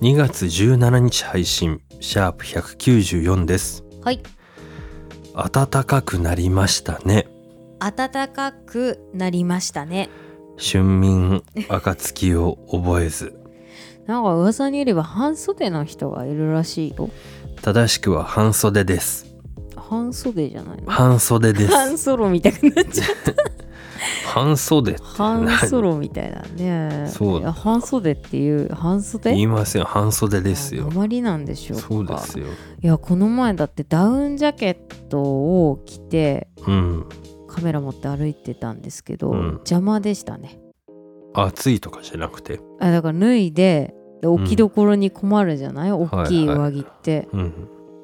2月17日配信シャープ194ですはい暖かくなりましたね暖かくなりましたね春眠暁を覚えずなんか噂によれば半袖の人がいるらしいよ正しくは半袖です半袖じゃないの半袖です半ソロみたくなっちゃう半袖って何 半ソロみたいだねそういや半袖っていう半袖言いません半袖ですあよあまりなんでしょうかそうですよいやこの前だってダウンジャケットを着てうんカメラ持って歩いてたんですけど、うん邪魔でしたね暑いとかじゃなくてあだから脱いででん置きどころに困るじゃない、大きいはいは上い着って、うん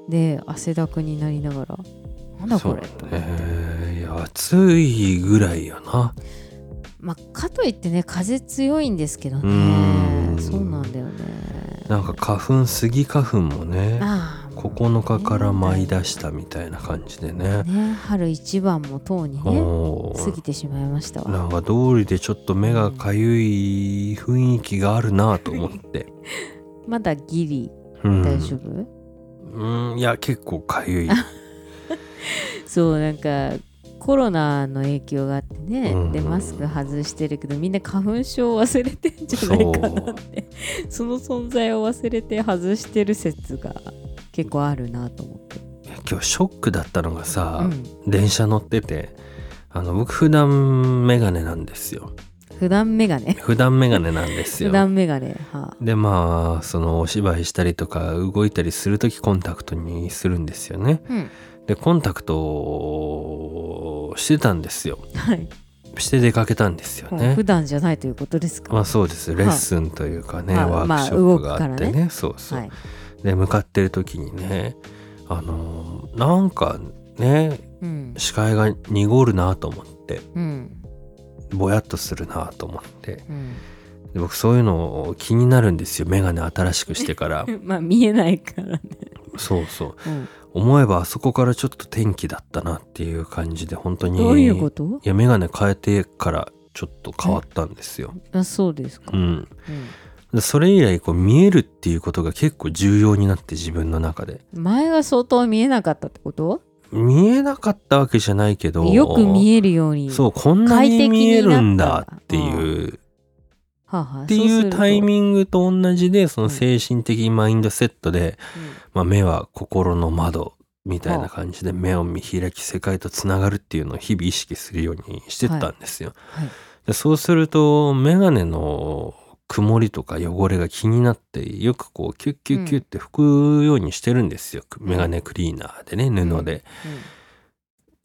で汗だくになりながらなんだこれと思って、えーいや暑いぐらいやなまあ、かといってね風強いんですけどうーねんそうなんだよねなんか花粉スギ花粉もねああ9日から舞い出したみたいな感じでねね春一番もとうにねお過ーぎてしまいましたわなんか道理でちょっと目がかゆい雰囲気があるなと思って、まだギリうん、大丈夫、うんいや結構かゆい、そうなんかコロナの影響があってね、うんでマスク外してるけどみんな花粉症を忘れてんじゃないかなってその存在を忘れて外してる説が結構あるなと思って、今日ショックだったのがさ、うん、電車乗っててあの僕普段メガネなんですよ普段メガネ普段メガネなんです普よ段メガネはでまあそのお芝居したりとか動いたりする時コンタクトにするんですよねあ、うん、でコンタクトをしてたんですよはい、して出かけたんですよね普段じゃないということですか、まあそうですレッスンというかね、はいワークショップがあってね,、まあ動くかそうそう、はい、で向かってる時にねあのーなんかねうん視界が濁るなと思ってうんぼやっとするなと思ってうん、で僕そういうのを気になるんですよ眼鏡新しくしてから まあ見えないからね、そうそううん、思えばあそこからちょっと天気だったなっていう感じで本当にどういうことや眼鏡変えてからちょっと変わったんですよ、あそうですか、うん、うんでそれ以来こう見えるっていうことが結構重要になって自分の中で前は相当見えなかったってこと見えなかったわけじゃないけどよく見ええるようにそうこんな快に適見えにるんなだったんだっていうはあはあっていうタイング、ミングと同じでそのうん精神的マインドセットで、まあ、目は心の窓みたいな感じで目を見開き世界とつながるっていうのを日々意識するようにしてったんですよ。はいでそうすると眼鏡の曇りとか汚れが気になってよくこうキュッキュッキュッって拭くようにしてるんですよ、んメガネクリーナーでね布で。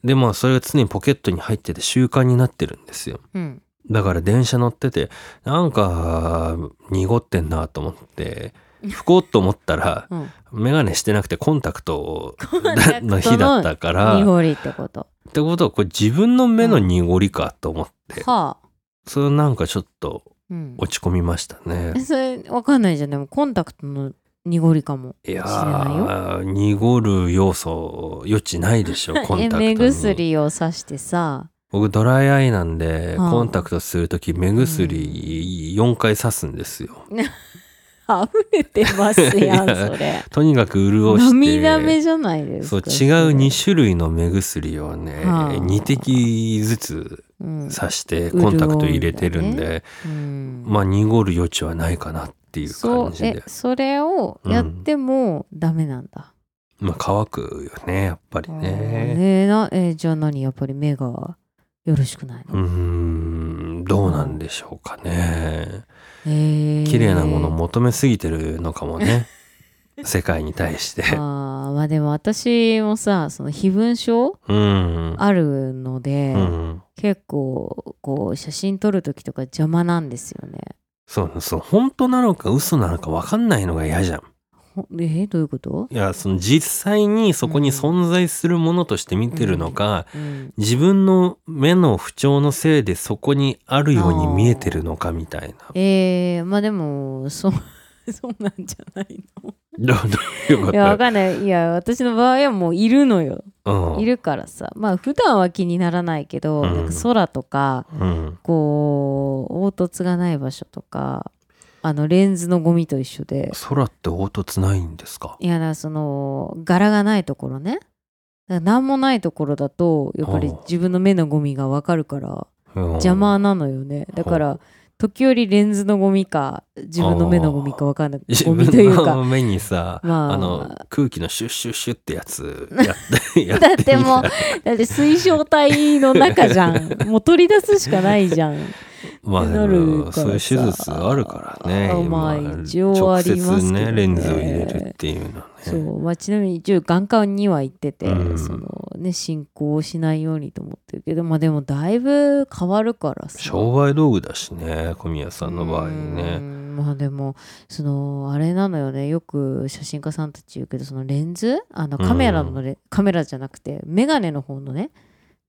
でまあそれが常にポケットに入ってて習慣になってるんですよ。うんうんだから電車乗っててなんか濁ってんなと思って拭こうと思ったらうんうん眼鏡してなくてコンタクトンタクトのの日だったからっ濁りってことてことはこれ自分の目の濁りかと思って、はあ、それなんかちょっとうん、落ち込みましたねえ。それわかんないじゃんでもコンタクトの濁りかもいや知らー濁る要素余地ないでしょコ ンえタクトに目薬をさしてさ僕ドライアイなんではあコンタクトする時目薬4回刺すんですよ。溢れてますや いんやそれとにかく潤して涙目じゃないですそうか違う2種類の目薬をね、はあ2滴ずつうん刺してうんコンタクト入れてるんで、潤うんまあ濁る余地はないかなっていうそう感じえでそれをやってもダメなんだ、まあ乾くよねやっぱりうん、ねえなえじゃあ何やっぱり目がよろしくないのうーんどうなんでしょうかねえー綺麗なもの求めすぎてるのか もね世界に対してあーまあでも私もさその飛蚊症うんあるので、うん結構こう写真撮る時とか邪魔なんですよねそうそう本当なのか嘘なのか分かんないのが嫌じゃんほえーどういうこと、いやその実際にそこに存在するものとして見てるのか、うん、自分の目の不調のせいでそこにあるように見えてるのかみたいな。えー、まあでもそう そうなんじゃないのどうどういうこいやわとかんないいや私の場合はもういるのようんいるからさまあ普段は気にならないけど、うんなんか空とかうんこう凹凸がない場所とかあのレンズのゴミと一緒で空って凹凸ないんですかいやだからその柄がないところねだから何もないところだとやっぱりああ自分の目のゴミがわかるから邪邪魔なのよねだかはら時折レンズのゴミか自分の目のゴミかわかんない自ゴミという分のか目にさ、まああの空気のシュッシュッシュッってやつやって やだってみたもうだって水晶体の中じゃんもう取り出すしかないじゃんまあでなるからもさそういう手術あるからねあまあ一応ありますけどね直接ねレンズを入れるっていうのはねそう、まあ、ちなみに一応眼科には行ってて、うんそのね進行しないようにと思ってるけどまあでもだいぶ変わるからさ商売道具だしね小宮さんの場合うねんまあでもそのあれなのよねよく写真家さんたち言うけどそのレンズあのカメラのレ、カメラじゃなくてメガネの方のね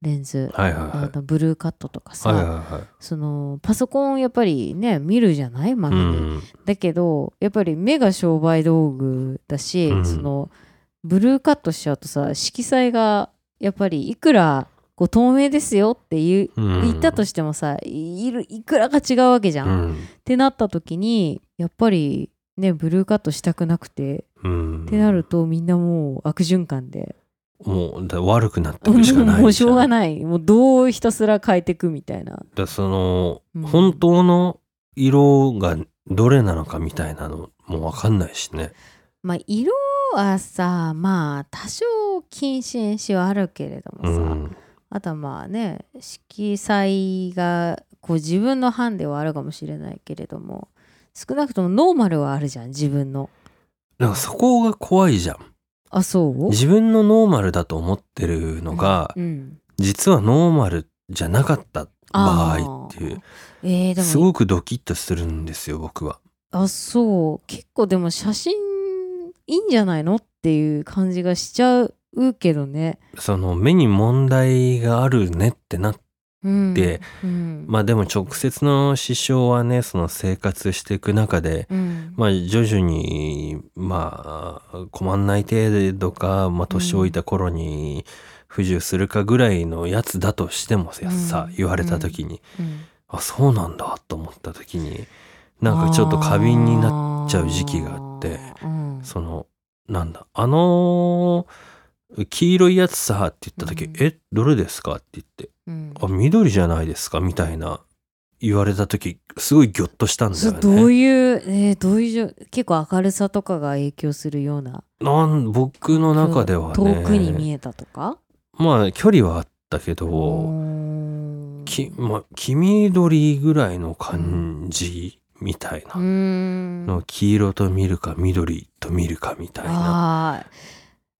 レンズ、はいはいあはのブルーカットとかさ、いはいはいはいそのパソコンやっぱりね見るじゃないまうめに、んだけどやっぱり目が商売道具だし、うんそのブルーカットしちゃうとさ色彩がやっぱりいくらこう透明ですよっていううん言ったとしてもさいいるいくらが違うわけじゃん。うっんてなった時にやっぱりねブルーカットしたくなくて、うんってなるとみんなもう悪循環でもうだ悪くなってもいうくしかないじゃ んもうしょうがないもうどうひたすら変えていくみたいな。だその、うん本当の色がどれなのかみたいなのもわかんないしね。まあ色はさまあ多少近親視はあるけれどうもさ、ん。あとはまあね色彩がこう自分のハンデはあるかもしれないけれども少なくともノーマルはあるじゃん自分のなんかそこが怖いじゃん。あそう自分のノーマルだと思ってるのが、うん、実はノーマルじゃなかった場あ合っていう、えー、ですもごくドキッとするんですよ、僕は。あそう結構でも写真いいんじゃないのっていう感じがしちゃうけどね。その目に問題があるねってなって、うん、で、うんまあでも直接の支障はね、その生活していく中で、うんまあ徐々にまあ困んない程度か、まあ、年老いた頃に不自由するかぐらいのやつだとしてもさ、うんさ言われた時に、うんあそうなんだと思った時になんかちょっと過敏になっなちゃう時期があって、うんそのなんだあの黄色いやつさって言った時「うんえどれですか?」って言ってうん「あ緑じゃないですか」みたいな言われた時すごいギョッとしたんだそようね。どういう、えーどういうじょ結構明るさとかが影響するようななん僕の中ではね遠くに見えたとかまあ距離はあったけうど、ーんきまあ、黄緑ぐらいの感じみたいうーな、んの黄色と見るか緑と見るかみたいなあー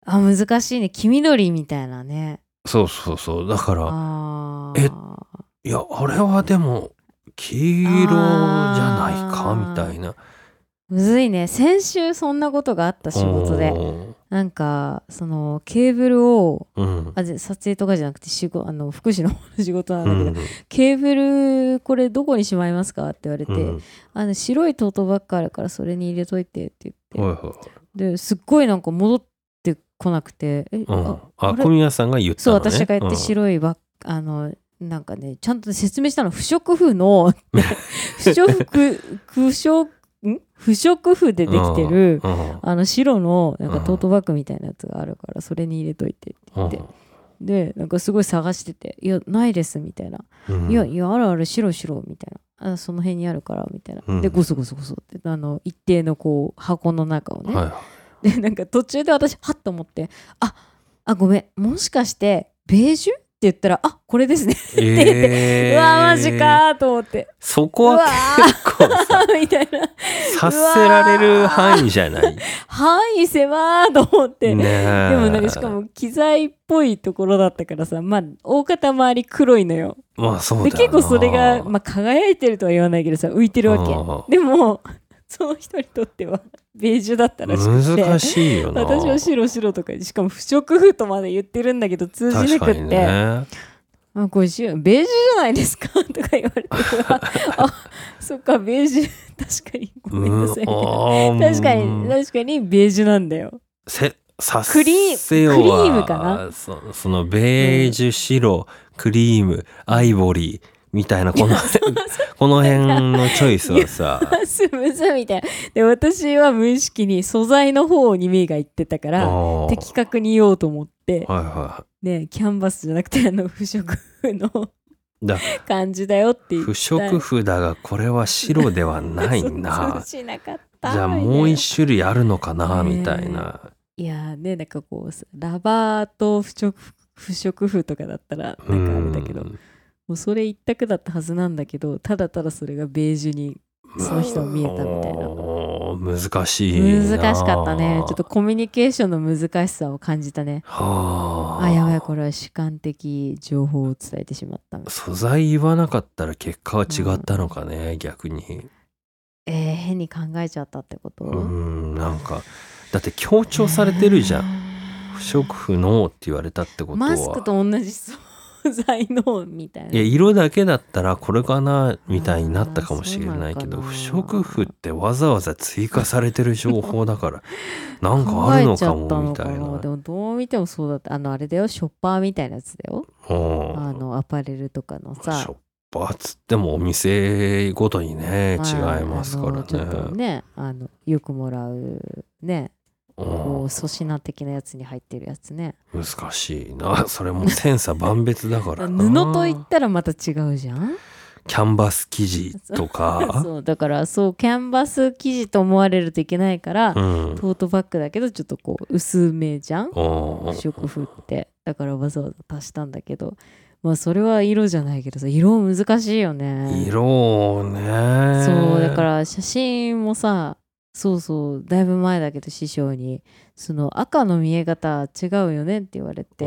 あ難しいね黄緑みたいなねそうそうそうだからあえーいやあれはでも黄色じゃないかあーみたいなむずいね先週そんなことがあった仕事でおーなんかそのケーブルをうんあじゃ撮影とかじゃなくて仕事あの福祉の仕事なんうだけど、んケーブルこれどこにしまいますかって言われて、うんあの白いトートバッグあるからそれに入れといてって言はいってはですっごいなんか戻ってこなくてえ、いうんあああれ小宮さんが言ったそうのね私が言って白いバッグ、あのなんかねちゃんと説明したの不織布 の不織布不織ん不織布でできてる、うんうんあの白のなんかトートバッグみたいなやつがあるからそれに入れといてって言って、でなんかすごい探してて「いやないです」みたいなうんいやいやあるある白白みたいなあその辺にあるからみたいな、うんでゴソゴソゴソってあの一定のこう箱の中をね、はいはいでなんか途中で私はっと思ってああごめんもしかしてベージュって言ったらあこれですね、え ーうわマジかーと思 ってそうこはわ結構さーみたいなさせられる範囲じゃない。 範囲狭ーと思って、ねえでもなんかしかも機材っぽいところだったからさまあ大方周り黒いのよまあそでうだよな結構それが、まあ、輝いてるとは言わないけどさ浮いてるわけああでもその人にとってはベージュだったらしくて難しいよな私は白白とかしかも不織布とまで言ってるんだけど通じなく確かっにて、ねあこれしベージュじゃないですか とか言われて うわあそっかベージュ確かにごめんなさい、うんあー確かに確かにベージュなんだよせさクリーせよはクリームかなそそのベージュ白クリームアイボリーみたいなこの この辺のチョイス はさスムズみたいなで私は無意識に素材の方に目がいってたかあらー的確に言おうと思ってはいはねキャンバスじゃなくてあの不織布のいだ感じだよって言った不織布だがこれは白ではないな そうしなかっじたゃあもう一種類あるのかなねみたいないやーねなんかこうさラバーと不織布不織布とかだったらなんかあれだけどうんもうそれ一択だったはずなんだけどただただそれがベージュにその人を見えたみたいなおー難しいな難しかったねちょっとコミュニケーションの難しさを感じたねはああやばいこれは主観的情報を伝えてしまった素材言わなかったら結果は違ったのかね、逆にえー、変に考えちゃったってこと、うーんなんかだって強調されてるじゃんん不織布のって言われたってことはマスクと同じ素材のみたいないや色だけだったらこれかなみたいになったかもしれないけあどー不そうなのかな織布ってわざわざ追加されてる情報 だからなんかあるのかもみたい考えちゃったのかなでもどう見てもそうだったあのあれだよショッパーみたいなやつだようんあのアパレルとかのシさョッパーっつってもお店ごとにね違いあますかあらのちょっとねねあのよくもらうねうんこう粗品的なやつに入ってるやつね難しいな それも千差万別だからな布といったらまた違うじゃんキャンバス生地とか そうだからそうキャンバス生地と思われるといけないから、うんトートバッグだけどちょっとこう薄めじゃんうん不織布ってだからわざわざ足したんだけどまあそれは色じゃないけどさ色難しいよね色をねそうだからら写真もさそうそうだいぶ前だけど師匠にその赤の見え方違うよねって言われて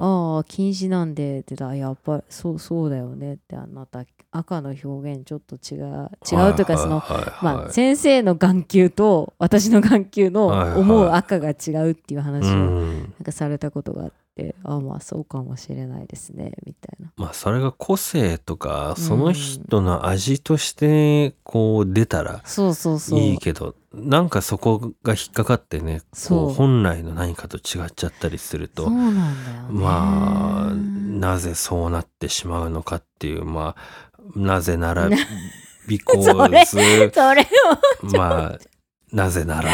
ああ禁止なんでって言ったらやっぱりそうそうだよねってあなた赤の表現ちょっと違う違うというかそのまあ、先生の眼球と私の眼球はいはいの思う赤が違うっていう話をなんんかされたことがあって、ああまあそうかもしれないですねみたいな。まあそれが個性とかうんその人の味としてこう出たらそうそうそう。いいけどなんかそこが引っかかってねそこうう本来の何かと違っちゃったりするそうとなんだよね。まあなぜそうなってしまうのかっていうまあなぜならな because それを まあなぜなら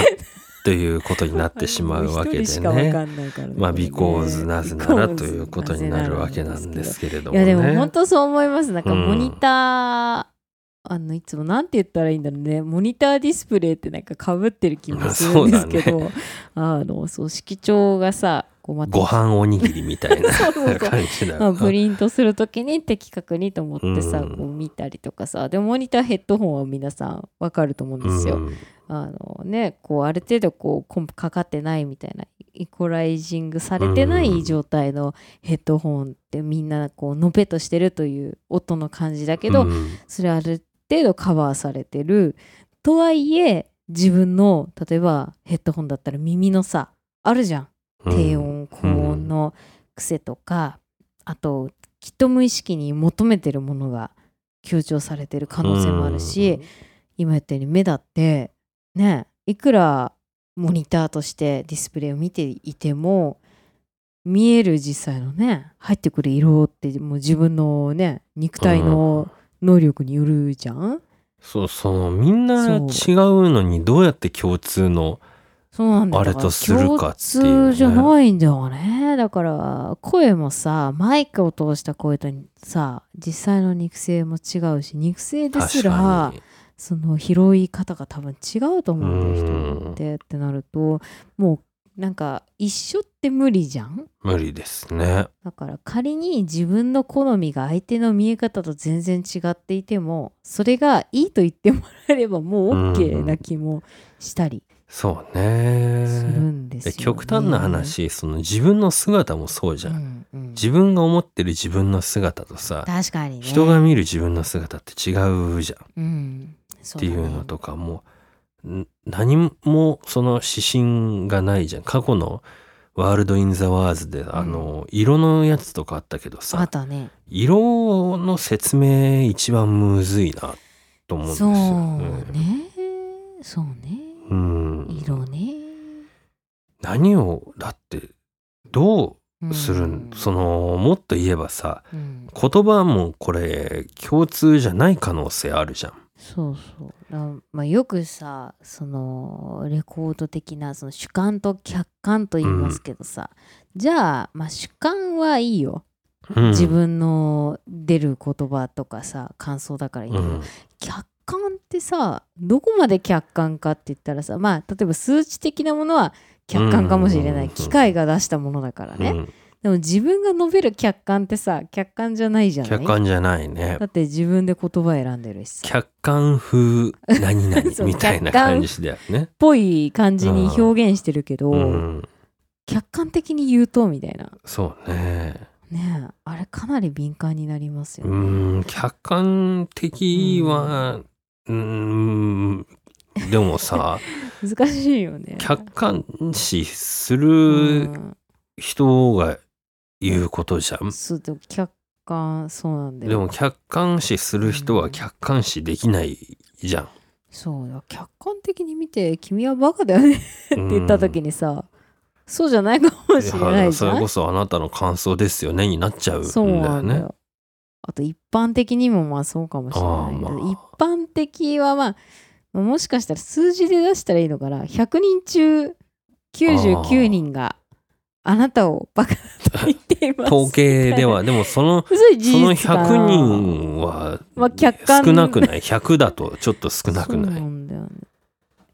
ということになってしまうわけ 一人でしかわね。かんないからねまあ、ビコーズなぜならということになるわけなんですけれどもね。いやでも本当そう思いますなんかうんモニター、あのいつもなんて言ったらいいんだろうねモニターディスプレイってなんかかぶってる気もするんですけど、あのそう色調がさこうまたご飯おにぎりみたいな そうそうそう感じだまよあ、プな。リントするときに的確にと思ってさ、うんこう見たりとかさでもモニターヘッドホンは皆さんわかると思うんですよ、うんあのねこうある程度こうコンプかかってないみたいなイコライジングされてなうんい状態のヘッドホンってみんなこうのぺとしてるという音の感じだけど、うんそれある程度カバーされてるとはいえ自分の例えばヘッドホンだったら耳のさあるじゃん低音高音の癖とか、あときっと無意識に求めてるものが強調されてる可能性もあるし、うん今言ったように目だってねいくらモニターとしてディスプレイを見ていても見える実際のね入ってくる色ってもう自分のね肉体の能力によるじゃん、そうそのみんな違うのにどうやって共通のそうなんだよあれとするかっていうね共通じゃないんだよねだから声もさマイクを通した声とさ実際の肉声も違うし肉声です確らかにその拾い方が多分違うと思うんだようん人によってってなるともうなんか一緒って無理じゃん無理ですね。だから仮に自分の好みが相手の見え方と全然違っていてもそれがいいと言ってもらえればもう OK な気もしたりそうするね。んですでよ、ね極端な話その自分の姿もそうじゃん。うんうん自分が思ってる自分の姿とさ確かにね人が見る自分の姿って違うじうゃん。んっていうのとかもん何もその指針がないじゃん過去の「ワールド・イン・ザ・ワーズで」あの色のやつとかあったけどあさったね色の説明一番むずいなと思うんですそようね。ねそうねうん色ね何をだってうどうんするん、そのもっと言えばさうん言葉もこれ共通じゃない可能性あるじゃん。そうそうあまあよくさそのレコード的なその主観と客観と言いますけどさ、じゃあ,、まあ主観はいいよ、うん自分の出る言葉とかさ感想だからいいんだうけど、ん客観ってさどこまで客観かって言ったらさまあ例えば数値的なものは客観かもしれなうんい機械が出したものだからね、うんでも自分が述べる客観ってさ客観じゃないじゃない客観じゃないねだ。って自分で言葉選んでるしさっ客観風何々 そうみたいな感じだよね。ぽい感じに表現してるけど、うん、客観的に言うとみたいなそうね。ねえあれかなり敏感になりますようね、ん、客観的は、うん、で もさ、難しいよね客観視すうるん人が言うことじゃん。そうでも客観そうなんだよでも客観視する人は客観視できないじゃん。そうだ客観的に見て「君はバカだよね」って言った時にさ、そうじゃないかもしれいないやじそゃれんこそあなたの感想ですよねになっちゃうんだそうなよんだね。よあと一般的にもまあそうかもしれあーない、まあ一般的はまあもしかしたら数字で出したらいいのかな100人中99人があなたをバカだと言っています統計 ではでもその嘘い事その実かな100人はまあ客観少なくない100だとちょっと少なくなそういなんだよね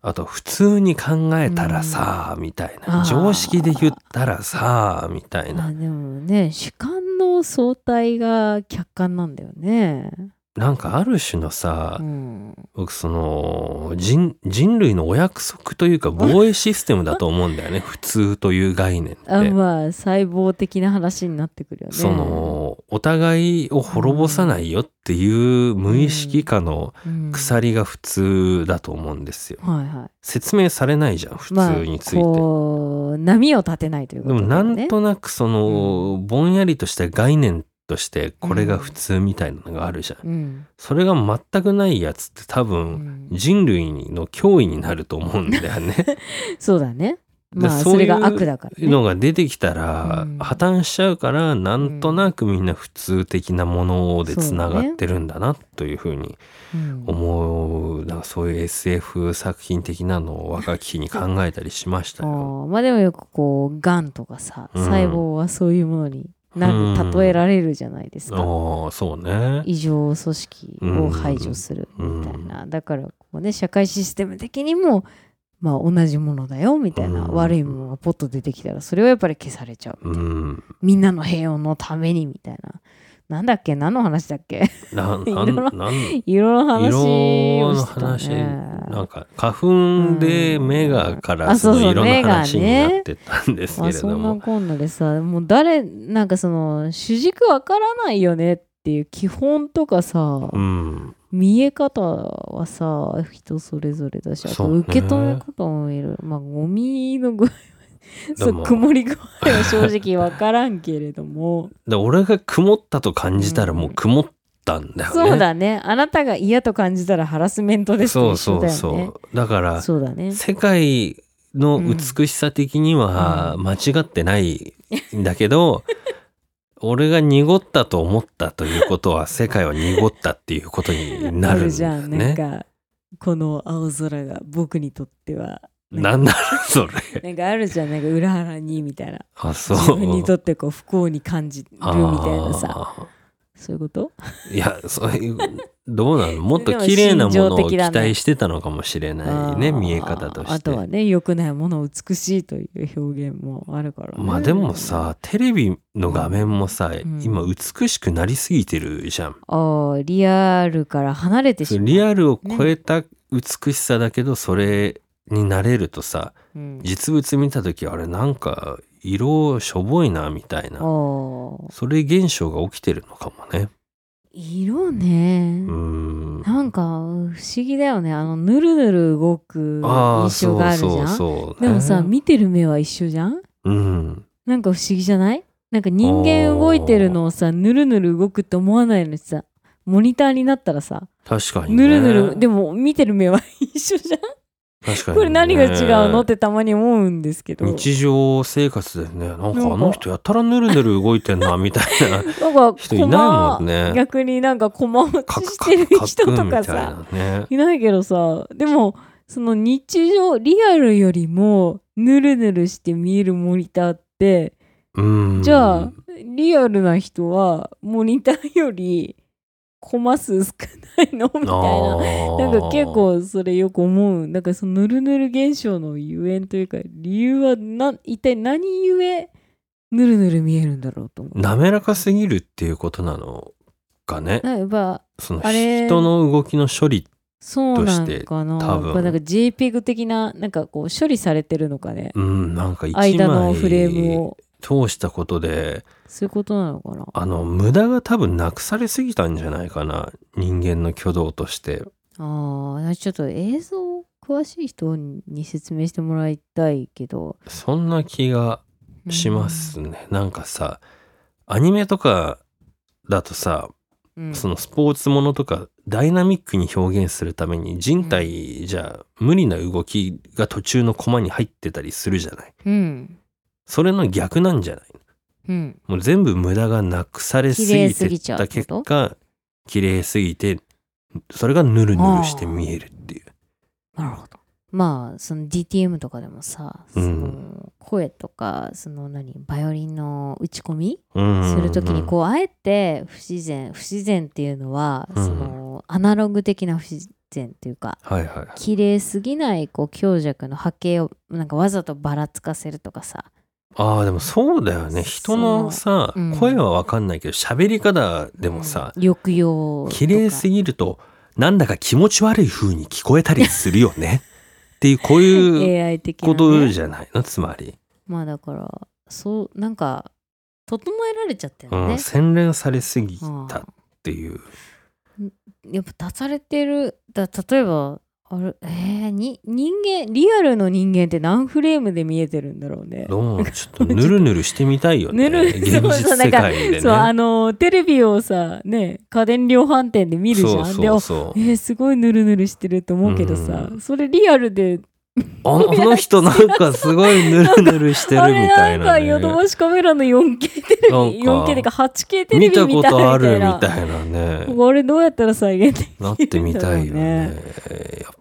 あと普通に考えたらさみたいあなー常識で言ったらさみたいまあなでもね主観の相対が客観なんだよねなんかある種のうさん僕その人人類のお約束というか防衛システムだと思うん だよね普通という概念ってあまあ細胞的な話になってくるよね。そのお互いを滅ぼさないよっていう無意識下のうん、鎖が普通だと思うんですよ。はいは説明されないじゃん普い。まあ通について。こう波を立てないというこでともだなよね。んとなくそのぼんやりとした概念としてこれが普通みたいなのがあるじゃん。うん、それが全くないやつって多う分ん人類の脅威になると思うんだよね。そうだね。でまあそういうそれが悪だから、ね。のが出てきたらうん破綻しちゃうからなんとなくみんな普通的なものでつながってるんだなというふうにうん思うなんかそういう SF 作品的なのを若き日に考えたりしましたあーよ。まあでもよくこうがんとかさうん細胞はそういうものになる、うん例えられるじゃないですか。ああそうね。異常組織を排除するみたいな、だからこうね社会システム的にもまあ同じものだよみたいな、うん悪いものがポッと出てきたらそれはやっぱり消されちゃううん、みんなの平穏のためにみたいななんだっけ何の話だっけ ないろないんろなんいろの話色をのしてた話なんねか花粉で目がかうんあらそそうそのう色の話に目がねなってたんですけまあれそどんなも、こんなでさもう誰なんかその主軸わからないよねっていう基本とかさ、うん、見え方はさ人それぞれだしあそとうね受け止め方もいる、まあゴミの具合はでそうも曇り具合は正直わからんけれど もで俺が曇ったと感じたらもう曇ったんだよね。そうだねあなたが嫌と感じたらハラスメントですそとう一そ緒だうよねそうそう。だからだね世界の美しさ的にはう間違ってないんだけど、 俺が濁ったと思ったということは世界は濁ったっていうことになあるるんじだゃよんなんね。かこの青空が僕にとってはなんだろうそれ。なんかあるじゃんなんか裏腹にみたいなあそう。自分にとってこう不幸に感じるみたいなさあそういうことーいやそういうどうなのもっと綺麗なものを期待してたのかもしれないねあー見え方として。あとはね良くないものを美しいという表現もあるから、ね、まあでもさテレビの画面もさ、ん今美しくなりすぎてるじゃん。あーリアルから離れてしまうリアルを超えた美しさだけどそれになれるとさうん実物見た時あれなんか色しょぼいなみたいなおーそれ現象が起きてるのかもね。色ねうーん。なんか不思議だよねあのぬるぬる動くああ、印象そがあうるじそうゃんそう。でもさね見てる目は一緒じゃんうん。なんか不思議じゃないなんか人間動いてるのをさぬるぬる動くって思わないのにさモニターになったらさ確かにね。ぬるぬるでも、も見てる目は一緒じゃん確かにねこれ何が違うのってたまに思うんですけどなんか日常生活でね、なんなんかかあの人やたらぬるぬる動いてんな、みたいな人いないもん駒ね。逆になんか駒落カちクしカてるクカ人クとみかたいさなね。いないけどさでもその日常リアルよりもぬるぬるして見えるモニターってうん。じゃあリアルな人はモニターよりコマ数少ないのみたいな。ななんか結構それよく思うなんかそのぬるぬる現象のゆえんというか理由はな一体何ゆえぬるぬる見えるんだろうと思う。滑らかすぎるっていうことなのかねなやっぱそのあれ人の動きの処理そうなんかなとして多分やっぱなんか JPEG 的ななんかこう処理されてるのかねうんなんか一枚間のフレームを通したことでそういうことなのかなあの無駄が多分なくされすぎたんじゃないかな人間の挙動としてあーちょっと映像詳しい人に説明してもらいたいけどそんな気がしますね、なんかさアニメとかだとさ、うん、うんそのスポーツものとかダイナミックに表現するために人体じゃ無理な動きが途中のコマに入ってたりするじゃないうんそれの逆なんじゃないうんもう全部無駄がなくされすぎ綺麗すぎてちゃうたって結こと果綺麗すぎてそれがヌルヌルして見えるっていうなるほどまあその DTM とかでもさ、うんその声とかその何バイオリンの打ち込みすするときにこう、あえて不自然不自然っていうのは、うんそのアナログ的な不自然っていうかはいはい綺麗すぎないこう強弱の波形をなんかわざとばらつかせるとかさああでもそうだよね人のさ、そううん声は分かんないけど喋り方でもさ、うん抑揚とか綺麗すぎるとなんだか気持ち悪い風に聞こえたりするよねっていうこういう AI 的な、ね、ことじゃないのつまり、まあだからそうなんか整えられちゃってるうのねん、、洗練されすぎうんたっていうやっぱ出されてるだ例えばあれえー、に人間リアルの人間って何フレームで見えてるんだろうねどうもちょっとぬるぬるしてみたいよね。ぬる現そうそう実なん世か界でね。そうあのテレビをさね家電量販店で見るじゃんそうでそおうそうえー、すごいヌルヌルしてると思うけどさ、それリアルであのあの人なんかすごいぬるぬるしてるあみれたないんかな、ヨドね。バシカメラの 4K テレビなん 4K っかていうか 8K テレビ見みたたいことあるみなたいなね。これどうやったら再現できるんだなろうっねてみたいよね。やっ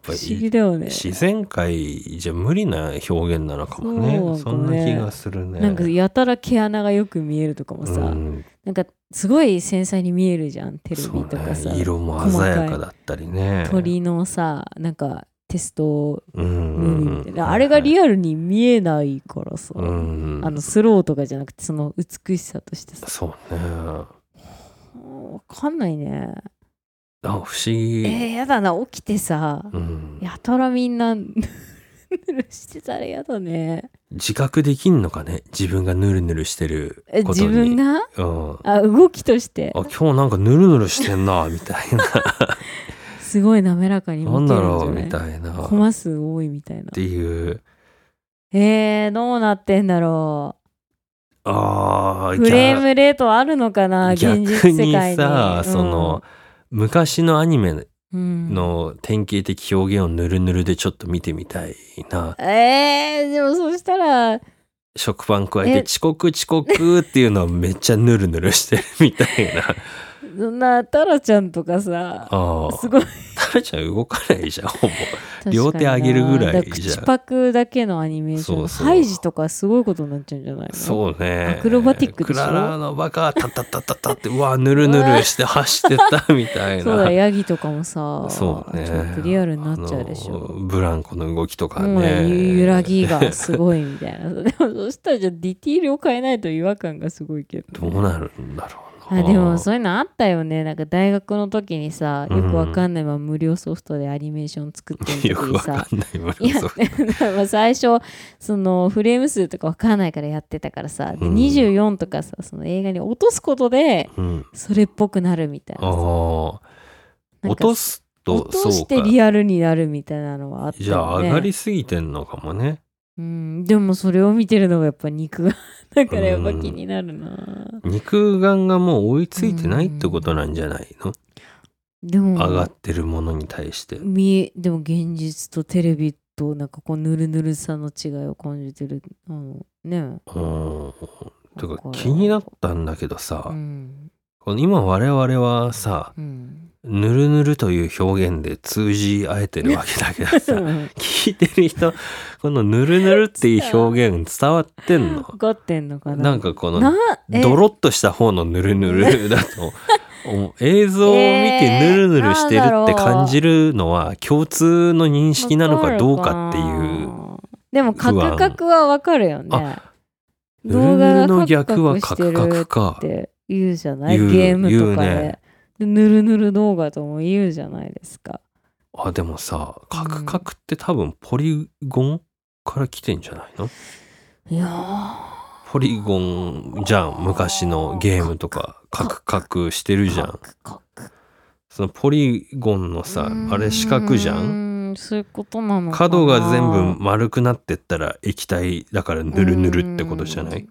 不ぱ思議りだよね自然界じゃ無理な表現なのかもね。そそうかんもなね気がするね。なんかやたら毛穴がよく見えるとかもさ、うんなんかすごい繊細に見えるじゃんテレビそうとかさ、ね。色も鮮やかだったりね。鳥のさなんかテストうんムうービーんみうたいん。な、あれがリアルに見えないからさ、うんあのスローとかじゃなくてその美しさとしてさそうね。分かんないねあ不思議、えー、やだな起きてさ、うん、やたらみんな ぬるしてたらやだね自覚できんのかね自分がヌルヌルしてるえこと自分、にがうん、ああ動きとして今日なんかヌルヌルしてんなみたいなすごい滑ら かに見なんてだるんじろゃうないみたいなっコマ数多いみたいなていうえー、どうなってんだろあうーフレームレートあるのかな逆現実世界逆ににさ、その、昔のアニメうんの典型的表現をヌルヌルでちょっと見てみたいなえー、でもそしたら食パン加ええて遅刻遅刻っていうのはめっちゃヌルヌルしてるみたい なそんなタラちゃんとかさあすあごいタラちゃん動かないじゃんほぼ 両手上げるぐら確いかになじだゃから口パクだけのアニメーションそうそうハイジとかすごいことになっちゃうんじゃないのそうね。アクロバティックでしょクララのバカ、タタタタタって、うわ、ぬるぬるして走ってったみたいな。 そうだヤギとかもさそうね。ちょっとリアルになっちゃうでしあのょブランコの動きとかもうね。揺らぎがすごいみ たいなでもそしたらじゃあディティールを変えないと違和感がすごいけどどうなるんだろうあでもそういうのあったよねなんか大学の時にさよくわかんないまま無料ソフトでアニメーション作ってるよ時くにわかさんないわいや まあ最初そのフレーム数とかわかんないからやってたからさでうん24とかさその映画に落とすことでうん、それっぽくなるみたいあなさーなんか落とすと落とそうしかてリアルになるみたいなのはあったよねじゃあ上がりすぎてんのかもねうんでもそれを見てるのがやっぱ肉が だからやっぱ気になるな肉眼がもう追いついてないってことなんじゃないの、でも上がってるものに対して、見えでも現実とテレビとなんかこうぬるぬるさの違いを感じてるあのねうんてかこれ気になったんだけどさ、うんこの今我々はさうんぬるぬるという表現で通じ合えてるわけだけど さ聞いてる人このぬるぬるっていう表現伝わってんの分かってんのかななんかこなのえドロッとした方のぬる ぬるだとお映像を見てぬるぬるしてるって感じるのは共通の認識なのかどうかっていわかるうかなでもカクカクはわかるよねぬるぬるの逆はカカククカカククかしてるって言うじゃない言うゲームとか言うでねでぬるぬる動画とも言うじゃないですかあでもさカうんクカクって多分ポリゴンから来てんじゃないのいやーポリゴンじゃん昔のゲームとかカクカクしてるじゃカんクカクそのポリゴンのさあれ四角じゃうんーんそういうことなのかな角が全部丸くなってったら液体だからぬるぬるってことじゃなういん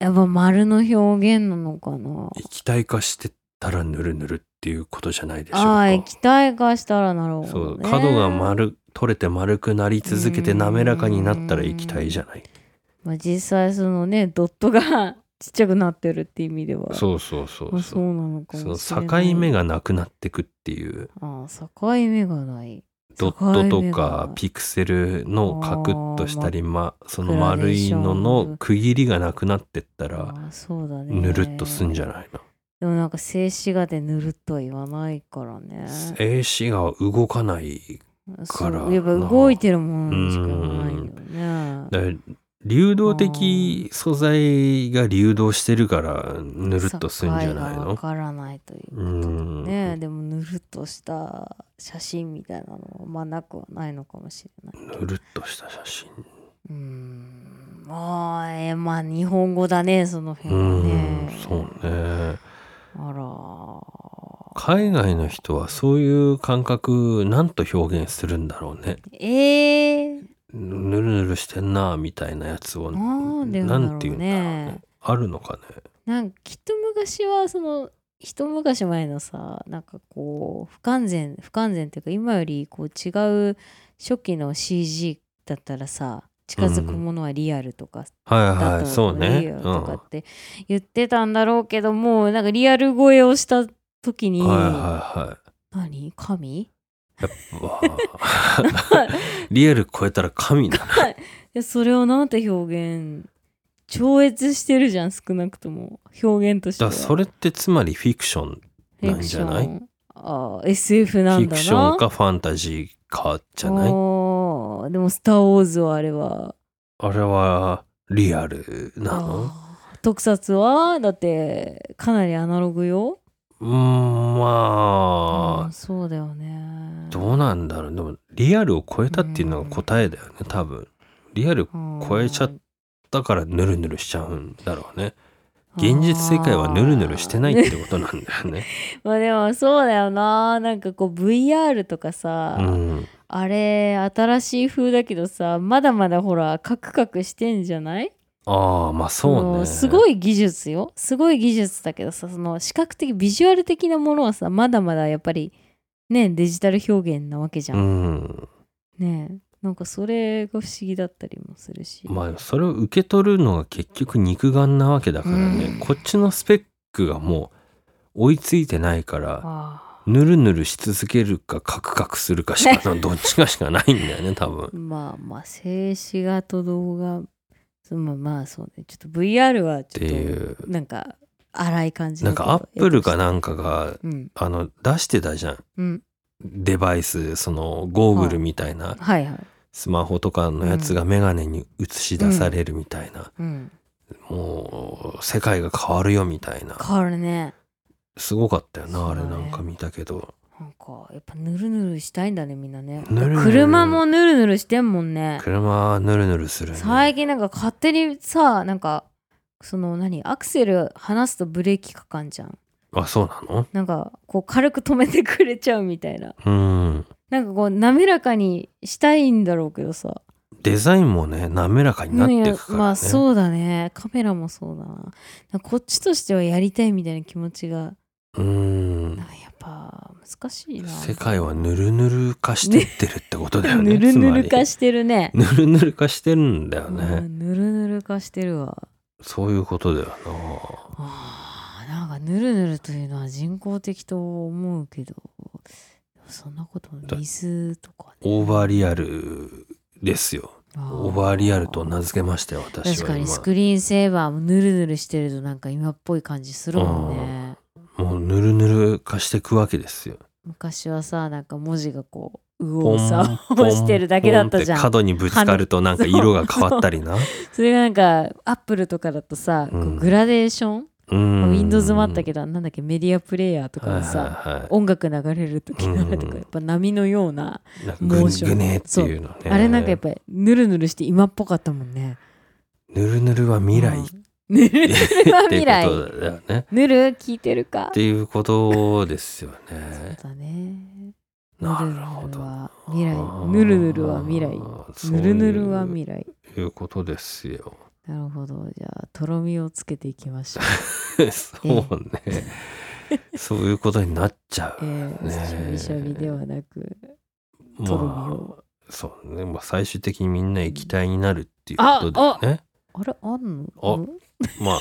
やっぱ丸の表現なのかな液体化してったらぬるぬるっていうことじゃないでしょうあかあ液体化したらなるほそど、うね、角が丸取れて丸くなり続けてうん滑らかになったら液体じゃないまあ、実際そのねドットがちっちゃくなってるって意味ではうそうそうそそううそうなのかもしそれのない境目がなくなってくっていうああ境目がないドット境目とがなかいピクセルのカクッとしたりまその丸いのグラデーションの区切りがなくなってったあらあそうだねぬるっとすんじゃないのでもなんか静止画でぬるっとは言わないからね静止画は動かないそうからやっぱ動いてるものしかうないよんねだから流動的素材が流動してるからぬるっとすんじゃない境がわのからないといううことだん、ね、でもぬるっとした写真みたいなのはまあなくはないのかもしれない。ぬるっとした写真うーんまあえーまあ日本語だねその辺はうんね。そうねあら海外の人はそういう感覚なんと表現するんだろうねえー、ぬるぬるしてんなみたいなやつをなんでななんんてだろうん言うだろうねね。あるのかねなんかきっと昔はその一昔前のさなんかこう不完全不完全っていうか今よりこう違う初期の CG だったらさ近づくものはリアルとかはいだはいとそういいねようとんかって言ってたんだろうけど、もうなんかリアル声をした時に、はいはいはい何神うわ あリアル超えたら神だなでそれをなんて表現超越してるじゃん少なくとも表現としてだはそれってつまりフィクションフィなんクシじョゃンないあー SF なんだなフィクションかファンタジーかじゃないおーでも「スター・ウォーズ」はあれはあれはリアルなのあー特撮はだってかなりアナログようーんうまんそうだよねあどうなんだろうでもリアルを超えたっていうのが答えだよね多分リアル超えちゃっだからヌルヌルしちゃうんだろうね現実世界はヌルヌルしてないいってことなんだよねまあでもそうだよななんかこう VR とかさ、うんあれ新しい風だけどさまだまだほらカクカクしてんじゃないああまあそそうねのすごい技術よすごい技術だけどさその視覚的ビジュアル的なものはさまだまだやっぱりねデジタル表現なわけじゃ、うんんねえなんかそれが不思議だったりもするし、まあそれを受け取るのが結局肉眼なわけだからね、うんこっちのスペックがもう追いついてないからあぬるぬるし続けるかカクカクするかし かどっちかしかないんだよね多分あまあまあ静止画と動画そまあまあそうねちょっと VR はちっていょっうとなんか荒い感じなだんけどかアップルかなんかがうんあの出してたじゃんうんデバイスそのゴーグルみたいな、はいはいスマホとかのやつが眼鏡に映し出されるみたいな、うんもう世界が変わるよみたいな変わるねすごかったよなあれそうだなねんか見たけどなんかやっぱぬるぬるしたいんだねみんなねぬるぬる車もぬるぬるしてんもんね車はヌルヌルするね最近なんか勝手にさなんかその何アクセル離すとブレーキかかんじゃんあそうなのなんかこう軽く止めてくれちゃうみたいなうんなんかこう滑らかにしたいんだろうけどさデザインもね滑らかになっていくからね、まあそうだねカメラもそうだななんかこっちとしてはやりたいみたいな気持ちがうんなんかやっぱ難しいな世界はヌルヌル化してってるってことだよね ぬるぬる化ししてるねぬるぬる化してるんだよね、うんぬるぬる化してるわそういうことだよあーなんかぬるぬるというのは人工的と思うけどそんなことだ水とか、ね、なオーバーリアルですよあーオーバーリアルと名付けましたよ私確はかに今スクリーンセーバーもぬるぬるしてるとなんか今っぽい感じするもんねもうヌルヌル化していくわけですよ昔はさなんか文字がこう右往ポン左ポン往してるだけだったじゃんポンて角にぶつかるとなんか色が変わっ たりな それがなんかアップルとかだとさ、こううんグラデーション、うんウィンドウズもあったけどなんだっけメディアプレイヤーとかはのいさ、はいはい音楽流れる時のあれとうかんやっぱ波のような、なんかモーションぐねっていうのねあれなんかやっぱりぬるぬるして今っぽかったもんねぬるぬるは未来うっんぬるてぬるは未って来ことだよねぬる聞いてるかっていうことですよそうねだねぬなるるぬるほどは未来ぬるぬるは未来ぬるぬるは来未来いうことですよなるほどじゃあとろみをつけていきまし ょう、そうねそういうことになっちゃえうー、しょびしょびではなくとろみまをあそうね、まあ、最終的にみんな液体になるっていうことだよねあれあんあのまあ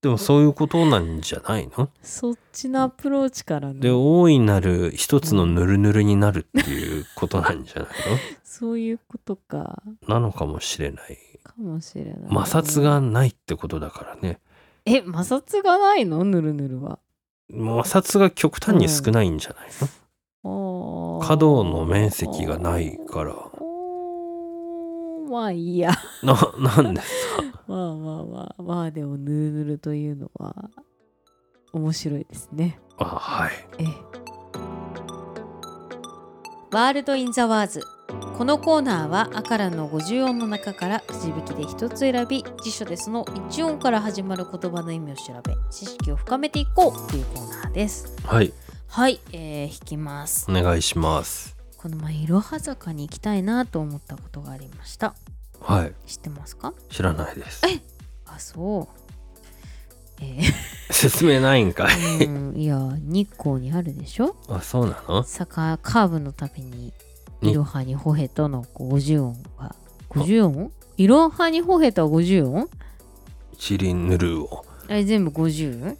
でもそういうことなんじゃないのそっちのアプローチからでの大いなる一つのヌルヌルになるっていうことなんじゃないそういうことかのなのかもしれないかもしれないね、摩擦がないってことだからねえ摩擦がないのぬるぬるは摩擦が極端に少ないんじゃないの、可可動の面積がないからまあいいや ななんですかまあまあまあまあでもぬるぬるというのは面白いですねあはいええワールド・イン・ザ・ワーズこのコーナーはアカラの50音の中からくじ引きで一つ選び辞書でその1音から始まる言葉の意味を調べ知識を深めていこうというコーナーですはいはい、えー、引きますお願いしますこの前いろは坂に行きたいなと思ったことがありましたはい知ってますか知らないですえあそうえ説明ないんかいーうんいや日光にあるでしょ あそうなの坂カーブのたびににいろはにほへとの50音が50音いろはにほへとは50音一輪塗るをあれ全部 50?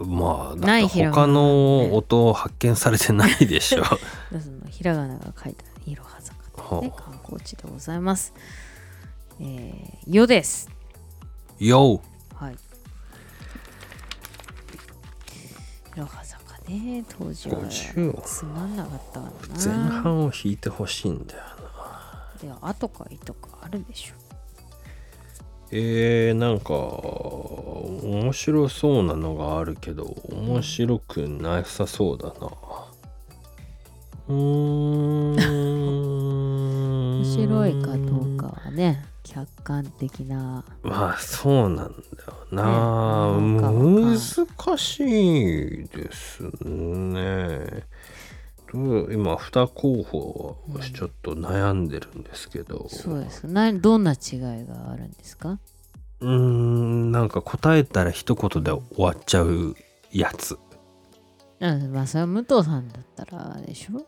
まあなだいって平他仮名の音を発見されてないで しょそのひらがなが書いたいろは坂というねほ観光地でございます。えー、よです。よはい。いろは坂ね当時は50音つまんなかったわな。前半を弾いてほしいんだよなであとかいとかあるでしょ。えー、なんか面白そうなのがあるけど面白くなさそうだなうーん面白いかどうかはね客観的なまあそうなんだよな、ねなんか難しいですね。と今2候補をちょっと悩んでるんですけど、そうですなどんな違いがあるんですかうーんなんか答えたら一言で終わっちゃうやつあまあそれは武藤さんだったらでしょ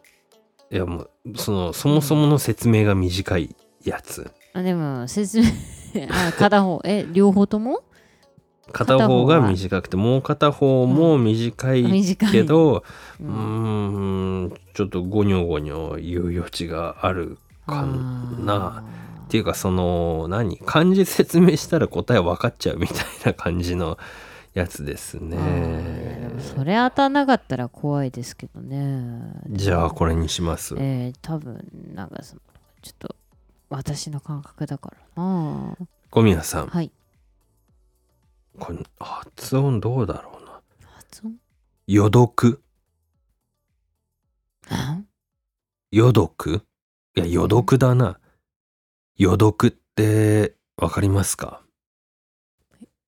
いやもうそのそもそもの説明が短いやつあでも説明あ片方え両方とも片方が短くてもう片方も短い短いけど、ううんーんちょっとゴニョゴニョ言う余地があるかなあーっていうかその何漢字説明したら答え分かっちゃうみたいな感じのやつですあーいやでねもそれ当たんなかったら怖いですけどねじゃあこれにしますえー、多分なんかそのちょっと私の感覚だからな小宮さんはいこれ発音どうだろうな発音余毒余毒いや余毒だな余毒ってわかりますか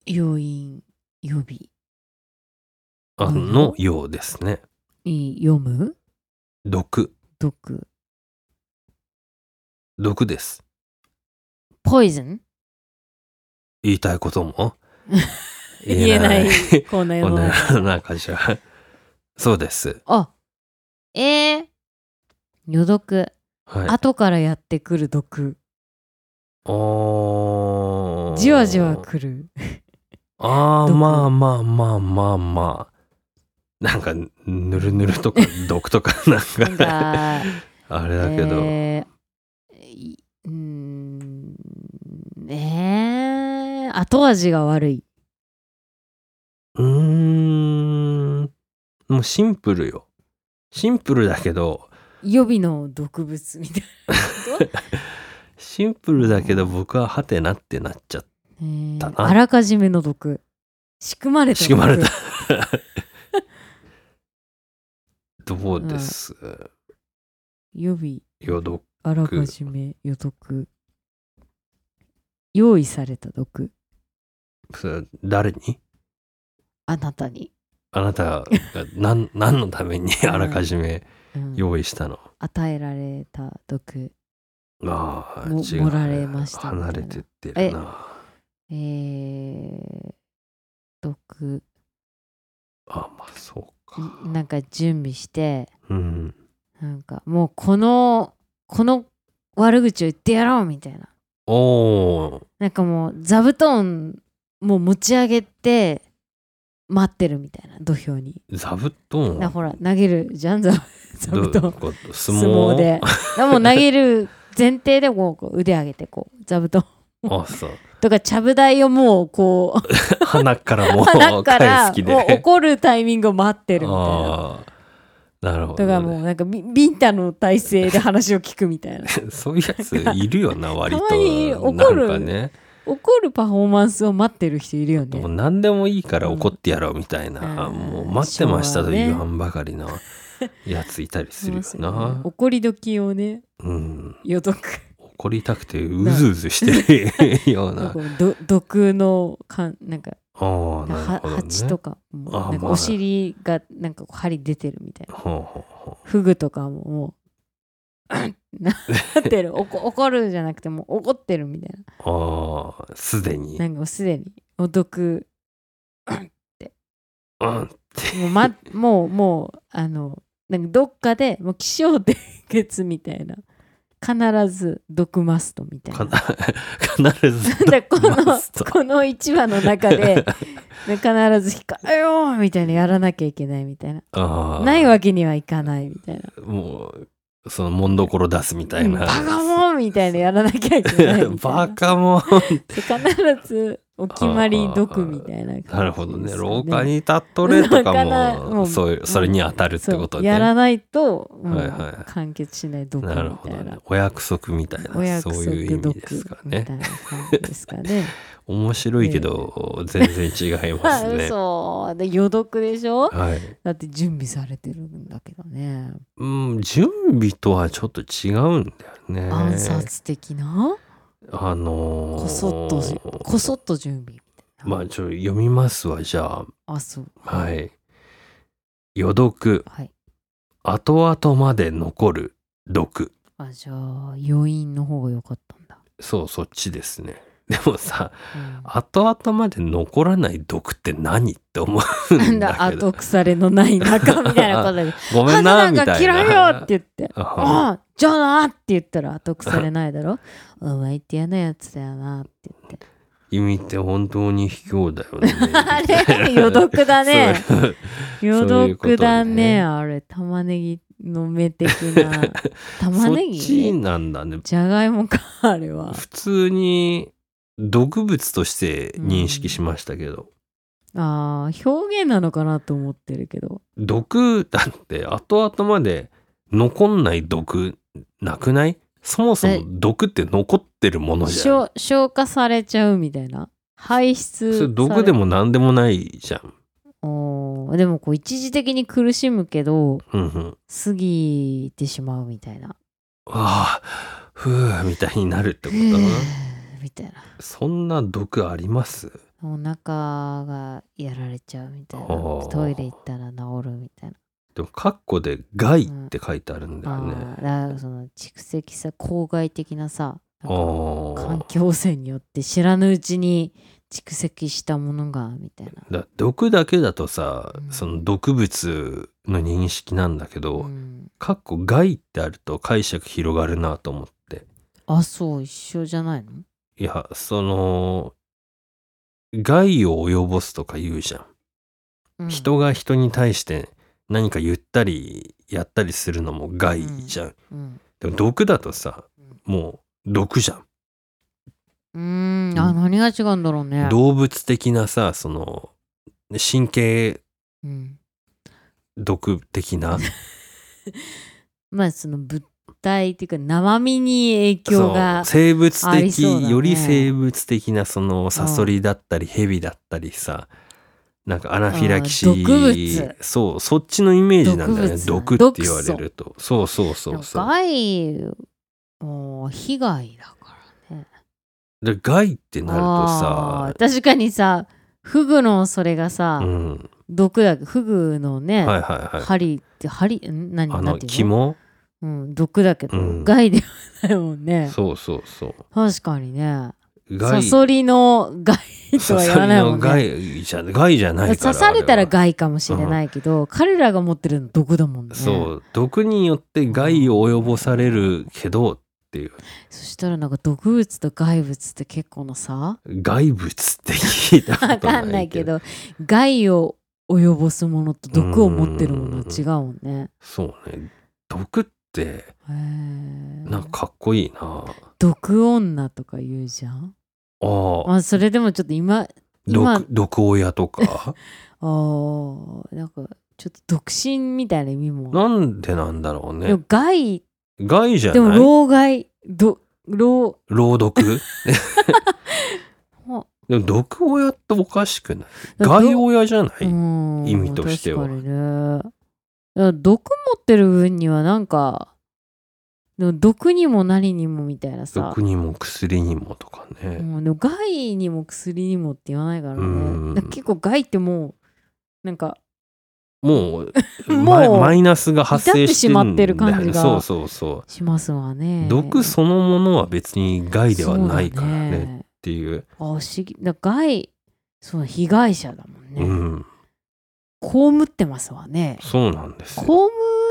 要因予備あうんのようですねい読む毒毒毒ですポイズン言いたいことも 言えないこの世こんのな中中じゃそうですあえー、余毒、はい後からやってくる毒おーじわじわくるあー毒まあまあまあまあまあなんかぬるぬるとか毒とかなんかなんか あれだけど、えーいうーんえー、後味が悪いうーんもうシンプルよシンプルだけど予備の毒物みたいなことシンプルだけど僕はハテナってなっちゃっえだーなあらかじめの毒仕組まれたた仕組まれた毒どうです、予備よどあらかじめ予毒用意された毒それ誰にあなたに、あなたが 何何のためにあらかじめうん用意したの、与えられた毒ああも違う盛られましたみたいな離れてってるなえー、毒あまあそうかんなんか準備してうんなんかもうこのこの悪口を言ってやろうみたいなおおなんかもう座布団もう持ち上げて待ってるみたいな土俵にー座布団なほら投げるじゃん座座布どうい団うこと相相撲撲ででもう投げる前提でもうこう腕上げてこう座布団あそうとかちゃぶ台をもうこう鼻からも鼻うから返もす気でう怒るタイミングを待ってるみたいな。ああなるほとど、かね、もうなんかビビンタの体勢で話を聞くみたい なそういうやついるよな割 とたまに怒るなんかね怒るパフォーマンスを待ってる人いるよもうね何でもいいから怒ってやろうみたいな、うんもう待ってましたと言わうんばかり なやついたりするよそうですねな、怒り時をねうん、予毒怒りたくてうずうずしてるよ うなんなかど毒のかんなんかああなるはほどね蜂とかもあなんかまあお尻がなんかこう針出てるみたいなほうほうほフグとかももうなってるおこ怒るじゃなくてもう怒ってるみたいうああすでにななんかもうすでにお毒うんもう,、ま、 もうもうあのなんかどっかでもう気象点結みたいな必ず毒マストみたいかな。な 必 ずでこマのストこの1話の中で必ず控えようみたいなやらなきゃいけないみたいな ああないわけにはいかないみたいなもうそのもんどころ出すみたいうんなバカもんみたいなやらなきゃ いけないみたいな バカもんで必ずお決まり毒みたいな感じですよねなるほどね廊下に立っとれとか廊下なももうそういうそれに当たるってことそうねやらないともはいはうい完結しない毒みたないるほどねな。お約束みたいおな約そ束う毒いう意味ですかみねたいな感じですかね。面白いけど全然違いま あすね嘘で余毒でしょはいだって準備されてるんだけどね。うん準備とはちょっと違うんだよ暗ね殺的なあのーこそっとじこそっと準備みたいな。まあちょっと読みますわじゃあそうあはい余毒はい。後々まで残る毒あじゃあ余韻の方が良かったんだ。そうそっちですね でもさうん後々まで残らない毒って何って思うんだけ後ど腐れのない中みたいなこと でごめん花ななんみかたい嫌いよっなて言って「あああじゃあな」って言ったら後腐れないだろ 「お前って嫌なやつだよな」って言って君って本当に卑怯だよね あれ余毒だねそう余そういうことね毒だねあれ玉ねぎの目的 な玉ねそっちぎなんだねじゃがいもかあれは普通に毒物として認識しましたけど、あー表現なのかなと思ってるけど毒だって後々まで残んない毒なくないそもそもえ毒って残ってるものじゃん消消化されちゃうみたいな排出それ毒でも何でもないじゃん。おーでもこう一時的に苦しむけどうんうん。過ぎてしまうみたいなああ、ふうみたいになるってことだな。 みたいなそんな毒ありますお腹がやられちゃうみたいなあートイレ行ったら治るみたいでも、カッコで害って書いてあるんだな、よね。あーだからその蓄積さ公害的なさあなんか環ー境汚染によって知らぬうちに蓄積したものがみたいな、だ毒だけだとさ、うんその毒物の認識なんだけうど、ん、カッコ害ってあると解釈広がるなと思って。あそう一緒じゃないのいや、その、害を及ぼすとか言うじゃん。うん人が人に対して何か言ったりやったりするのも害じゃん。うんでも毒だとさうんもう毒じゃん。うーんあ何が違うんだろうね動物的なさその神経うん、毒 的なまあその物体っていうか生身に影響がそう生物ありそうだ的、ねより生物的なそのサソリだったりヘビだったりさなんかアナフィラキシあー毒物ーそうそっちのイメージなんだよね毒毒物って言われるとそうそうそうそう害もう被害だからねで害ってなるとあさー確かにさフグのそれがさ、うん毒だフグのね、はいはいはい針って針ん何あなのんていうの肝うん、毒だけど、うん害ではないもんねそうそうそう確かにねサ害ソリの害とは言わないもんサソねリの害じゃ害じゃないか刺らされたらあは害かもしれないけど、彼らが持ってるの毒だもんねそう毒によって害を及ぼされるけどっていうそしたらなんか毒物と害物って結構の差害物って聞いたことな わいけどかんないけど害を及ぼすものと毒を持ってるものは違うもんね。そうね毒ってへーなんかかっこいいなあ毒女とか言うじゃん。あまあそれでもちょっと今今毒毒親 とかあーなんかちょっと独身みたいな意味も。なんでなんだろうでねも害害じゃでもない老害ど老朗 読 ほでも毒親っておかしくないだ害親じゃない、うん意味としては確かにねだから毒持ってる分にはなんかでも毒にも何にもみたいなさ毒にも薬にもとかね、うん、でも害にも薬にもって言わないからうんねだから結構害ってもうなんかも もううマイマイナスが発生してんだよね至ってしまってる感じがそうそうそう、しますわね毒そのものは別に害ではないからねそうだねっていう、あ不思議だから害そう被害者だもんね、うん被ってますわねそうなんです被よ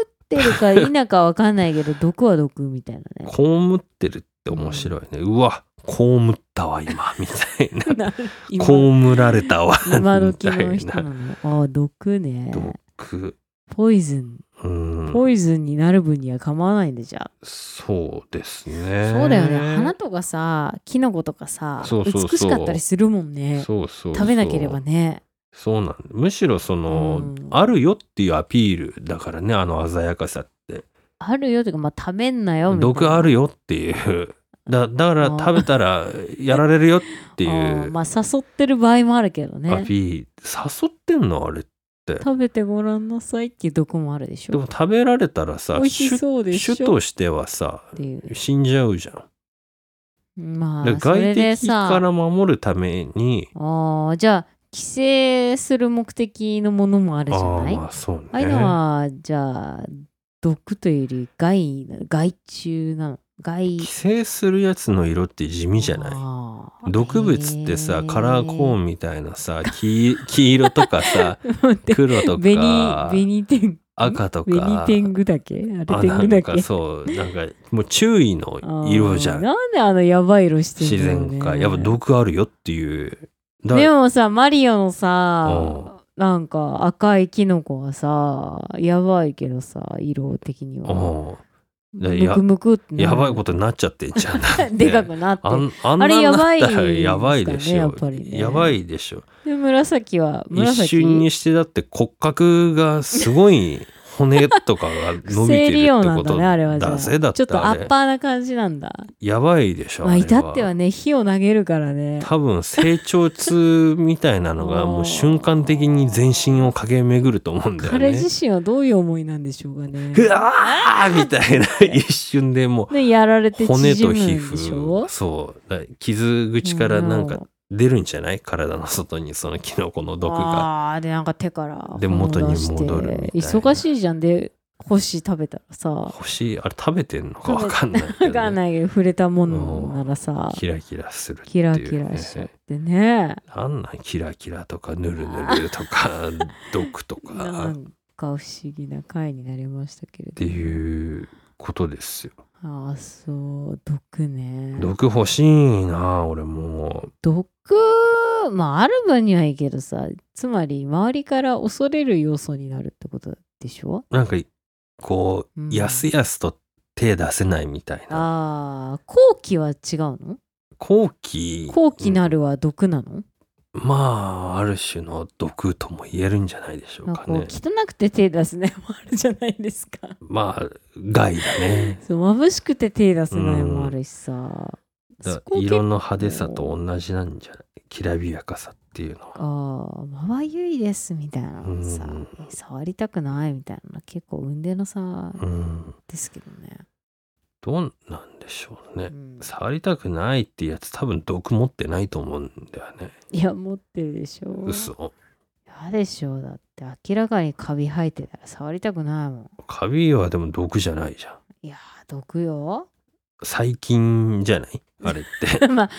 ってるか否かわかんないけど毒は毒みたいな ね被ってるって面白いね、うわ被ったわ 今みたいなな今被られたわ 今み時たのい人ななの ああ毒ね毒ポイズンうんポイズンになる分には構わないんでじゃあそうですねそうだよね花とかさキノコとかさそうそうそう美しかったりするもんねそうそうそう食べなければねそうなんむしろその、うんあるよっていうアピールだからねあの鮮やかさってあるよというかまあ食べんなよみたいな毒あるよっていうだだからあー食べたらやられるよって いあーうまあ誘ってる場合もあるけどアねピール誘ってんのあれ食べてごらんなさいっていう毒もあるでしでょも食べられたらさ美味し種そうでしょ種としてはさっていう死んじゃうじゃんまだあかそられで外敵さから守るためにあーじゃあ寄生する目的のものもあるあじあゃないーまあそうねああいうのは、じゃあ、毒というより害な、害虫なの。害。寄生するやつの色って地味じゃないあー毒物ってへさーカラーコーンみたいなさ黄黄色とかさ待って黒と紅、か紅天赤と紅か天狗だっけあれあ天な狗んだっかけそうなんかもう注意の色じあゃーんなんであのやばい色して自るの、ね、然界やっぱ毒あるよっていうだでもさ、マリオのうんさ、なんか赤いキノコはさ、やばいけどさ、色的には。うんだムクムクってなるやばいことになっちゃってんじゃんだっ てでかくなってあんあんあなれにやなっばいたらやばいでしょやっぱりねやばいでしょで紫は一紫瞬にしてだって骨格がすごい骨とかが伸びて生る理っ用 てなこんだとねあれはじゃだあぜだっちょてっとあアれッパーな感じなんだやばいでしょまああれ至ってはね火を投げるからね多分成長痛みたいなの があーもう瞬間的に全身を駆け巡ると思うんだよ彼ね自。身はどういう思いなんでしょうかねうわーみたい な一瞬でもねやられうて骨縮むと皮んでしょ膚そうだから傷口からなんか出るんじゃない体の外にそのキノコの毒が。あーでなんか手からで炎出して元に戻るみたいな忙しいじゃんで星食べたらさ星あれ食べてんのかわかんないけどね、分かんないけど触れたものならさキラキラするっていキう、ラね、キラしちゃってねあんなんキラキラとかヌルヌルと か毒となかっんか不思議な回になりましたけれどていうことですよ。ああそう毒ね毒欲しいな俺もう毒まあある分にはいいけどさつまり周りから恐れる要素になるってことでしょなんかこう、うんやすやすと手出せないみたいなああ後期は違うの後期後期なる、るは毒なの、うんまあある種の毒とも言えるんじゃないでしょうなんかかこうね汚くて手出すねもあるじゃないですか まあ害だねそう眩しくて手出せないもあるしさ、だそこ結構色の派手さと同じなんじゃないきらびやかさっていうのはああまばゆいですみたいなのさ、うん触りたくないみたいなの結構運命の差うんですけどね、どうなんでしょうねうん触りたくないってやつ多分毒持ってないと思うんだよねいや持ってるでしょ嘘やでしょだって明らかにカビ生えてたら触りたくないもんカビはでも毒じゃないじゃんいやー毒よ 細菌じゃないあれってまあ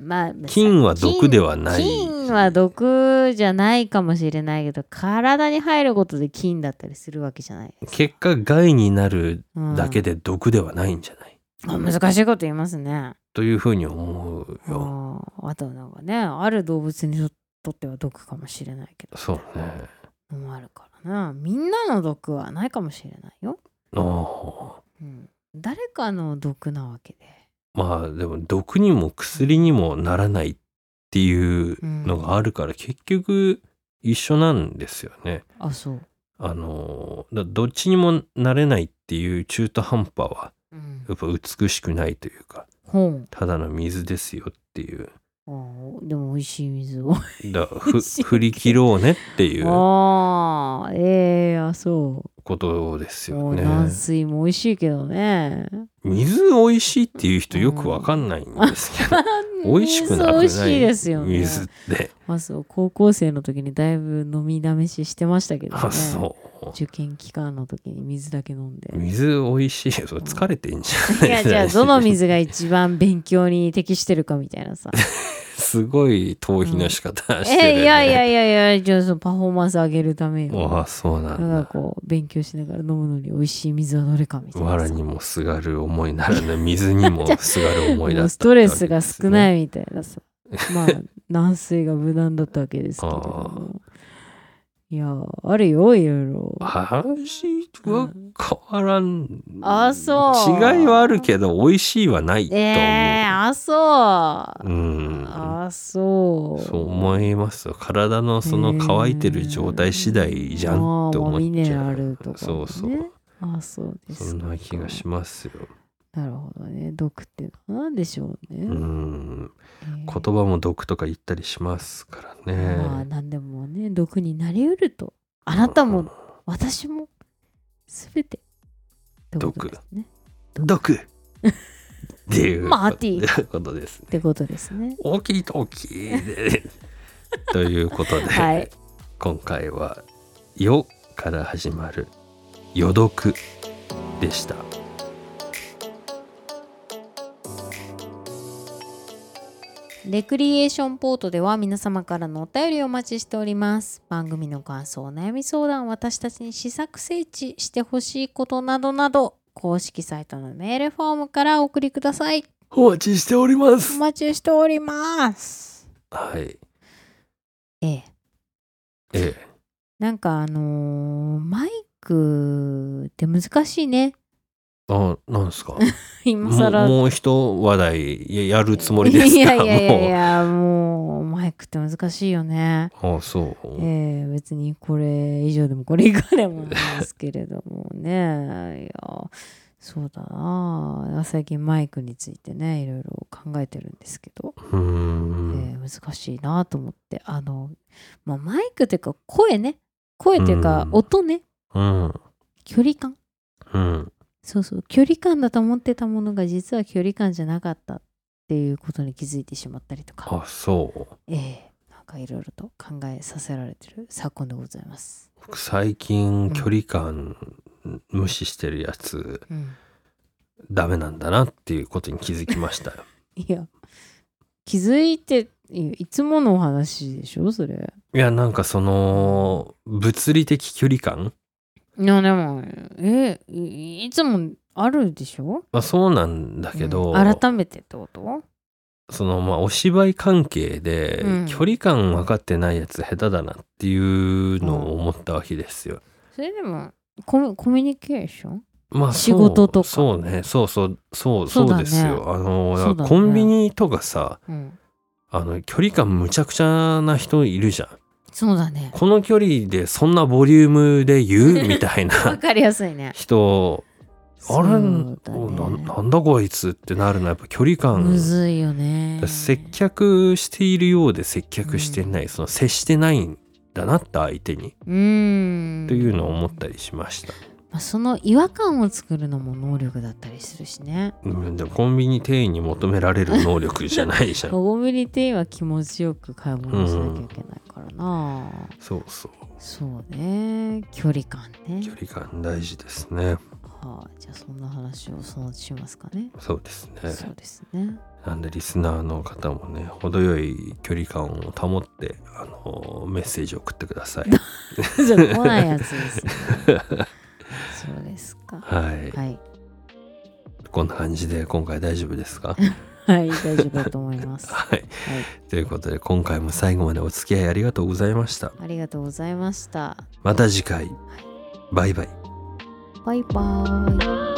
まあ菌は毒ではない菌は毒じゃないかもしれないけど体に入ることで菌だったりするわけじゃない、結果害になるうんだけで毒ではないんじゃない、あ難しいこと言いますねというふうに思うあよ、ーあとなんかねある動物にととっては毒かもしれないけどそうねのもあるからなみんなの毒はないかもしれないよ、ああうん、誰かの毒なわけでまあでも毒にも薬にもならないっていうのがあるから、結局一緒なんですよねあそう、あのだどっちにもなれないっていう中途半端はうんやっぱ美しくないというか本ただの水ですよっていうあーでも美味しい水を。あ だふ振り切ろうねっていうあー、ええあそことですう。よもうね。軟水も美味しいけどね。水美味しいっていう人よくわかんないんですけど、 美味しくなく水ない美味しいですよね。水って。まあそう高校生の時にだいぶ飲み試ししてましたけどね。あ、そう。受験期間の時に水だけ飲んで。 水美味しいよ。それ疲れてんじゃないいやじゃあどの水が一番勉強に適してるかみたいな さ。すごい逃避の仕方してる、ねえいやいやいやいやじゃあそのパフォーマンス上げるためよ。あ、そうなだんからだ。こう勉強しながら飲むのに美味しい水はどれかみたいな藁さ。にもすがる思いならぬ水にもすがる思もいだったってわけで すね、。うストレスが少ないいみたいな さ、まあ軟水が無難だったわけですけれどもいやあるよいろいろ話は変わらん。あそう違いはあるけど、美味しいはないと思う。えー、あそう、うん。あそうそう思いますよ体のその乾いてる状態次第じゃんって思っちゃあーまあミネラう、ルとかねそうそうあそうですかそんな気がしますよなるほどね毒ってなんでしょうね、うんえー言葉も毒とか言ったりしますからまあね何でもね毒になりうるとあなたも私も全てってことですね毒っていうマーティことですねってことですね大きいと大きいでということで、はい今回は「よ」から始まる「よ毒」でした。レクリエーションポートでは皆様からのお便りをお待ちしております。番組の感想、お悩み相談、私たちに試作整地してほしいことなどなど、公式サイトのメールフォームからお送りください。お待ちしておりまおす。待ちしております。はい。ええ。えなんかあのーマイクって難しいね。え。あ、なんで すか。今もう更。もう一話題ややるつもりですかいやいやいやいもうや、もう、マイイクって難しいよね。ああそう、ええ別にこれ以上でもこれ以下でもないですけれどもねいやそうだな最近マイクについてねいろいろ考えてるんですけど、うーん、えー難しいなと思ってあの、まあ、マイクというか声ね声というかうん音ね、うん距離感うんそうそう距離感だと思ってたものが実は距離感じゃなかったっていうことに気づいてしまったりとか、あそうええなんかいろいろと考えさせられてる昨今でございます。僕最近距離感無視してるやつうん、ダメなんだなっていうことに気づきま したよいや気づいていいつものお話でしょそれ。いやなんかその物理的距離感、いやでもえいいつもあるでしょまあ、そうなんだけど、うん改めてってことそのまあお芝居関係でうん距離感分かってないやつ下手だなっていうのを思ったわけですよ。それでもコミコミュニケーションまあそう仕事とかそうねそうそうそうそそうだうねですよ。あのだそうだからねコンビニとかさ、うんあの距離感むちゃくちゃな人いるじゃん。そうだ ねこの距離でそんなボリュームで言うみたいわ なかりやすいね人そあれうだねおななんだこいつってなるのはやっぱ距離感むずいよね接客しているようで接客してない、その接してないんだなって相手にうんというのを思ったりしました、まあ、その違和感を作るのも能力だったりするしねうん、でもコンビニ店員に求められる能力じゃないじゃんゴミリティは気持ちよく買い物しなきゃいけないからな、そうそうそうね距離感ね距離感大事ですねはい、じゃあそんな話をそのうちしますかねそうですそねうですね なんでリスナーの方もね程よい距離感を保ってあのメッセージを送ってくだ さいじゃあ来ないやつです、 ね、そうですかはい、はいこんな感じで今回大丈夫ですかはい大丈夫だと思いますは はいいということで今回も最後までお付き合いありがとうございましたありがとうございましたまた次回バイバイバイバーイ